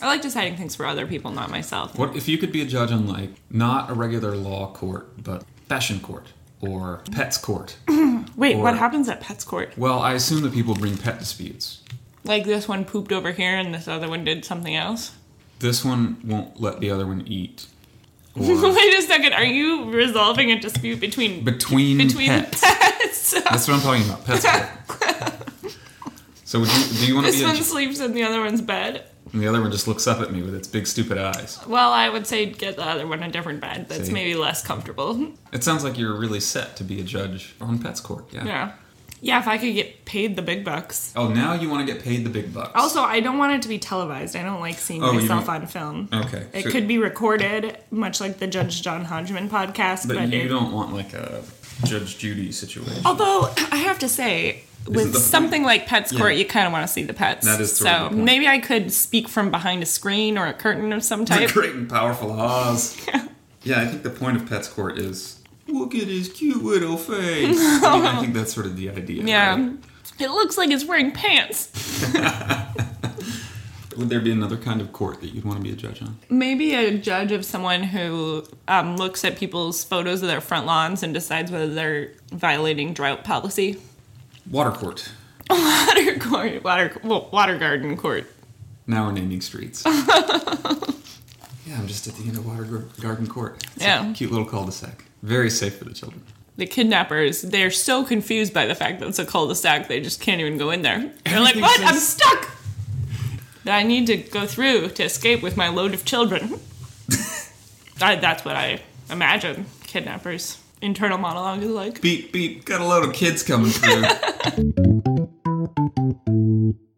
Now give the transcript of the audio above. like deciding things for other people, not myself. What if you could be a judge on like not a regular law court, but fashion court or pets court? Wait, what Or- happens at Pets Court? well, I assume that people bring pet disputes. Like this one pooped over here and this other one did something else? This one won't let the other one eat. Or Wait a second, are you resolving a dispute between between, between pets. pets? That's what I'm talking about. Pets court. so would you, do you want to this be a, one ju- sleeps in the other one's bed. and the other one just looks up at me with its big stupid eyes. Well, I would say get the other one a different bed that's See? maybe less comfortable. It sounds like you're really set to be a judge on pets court. Yeah. Yeah. Yeah, if I could get paid the big bucks. Oh, now you want to get paid the big bucks. Also, I don't want it to be televised. I don't like seeing Oh, you myself don't- on film. Okay, It so- could be recorded, much like the Judge John Hodgman podcast, but, but you it- don't want like a Judge Judy situation. Although I have to say, Isn't with the point- something like Pets Yeah. Court, you kind of want to see the pets. That is totally so. the point. Maybe I could speak from behind a screen or a curtain of some type. The great and powerful Oz. yeah, I think the point of Pet's Court is look at his cute little face. I, mean, I think that's sort of the idea. yeah, right? it looks like it's wearing pants. Would there be another kind of court that you'd want to be a judge on? Maybe a judge of someone who um, looks at people's photos of their front lawns and decides whether they're violating drought policy. Water court. Water court, water, well, water garden court. Now we're naming streets. yeah, I'm just at the end of Water Gar- Garden Court. It's a Yeah. cute little cul-de-sac. Very safe for the children. The kidnappers, they're so confused by the fact that it's a cul-de-sac, they just can't even go in there. They're like, Everything's what? so I'm stuck! That I need to go through to escape with my load of children. I, that's what I imagine kidnappers. Internal monologue is like, Beep, beep, got a load of kids coming through.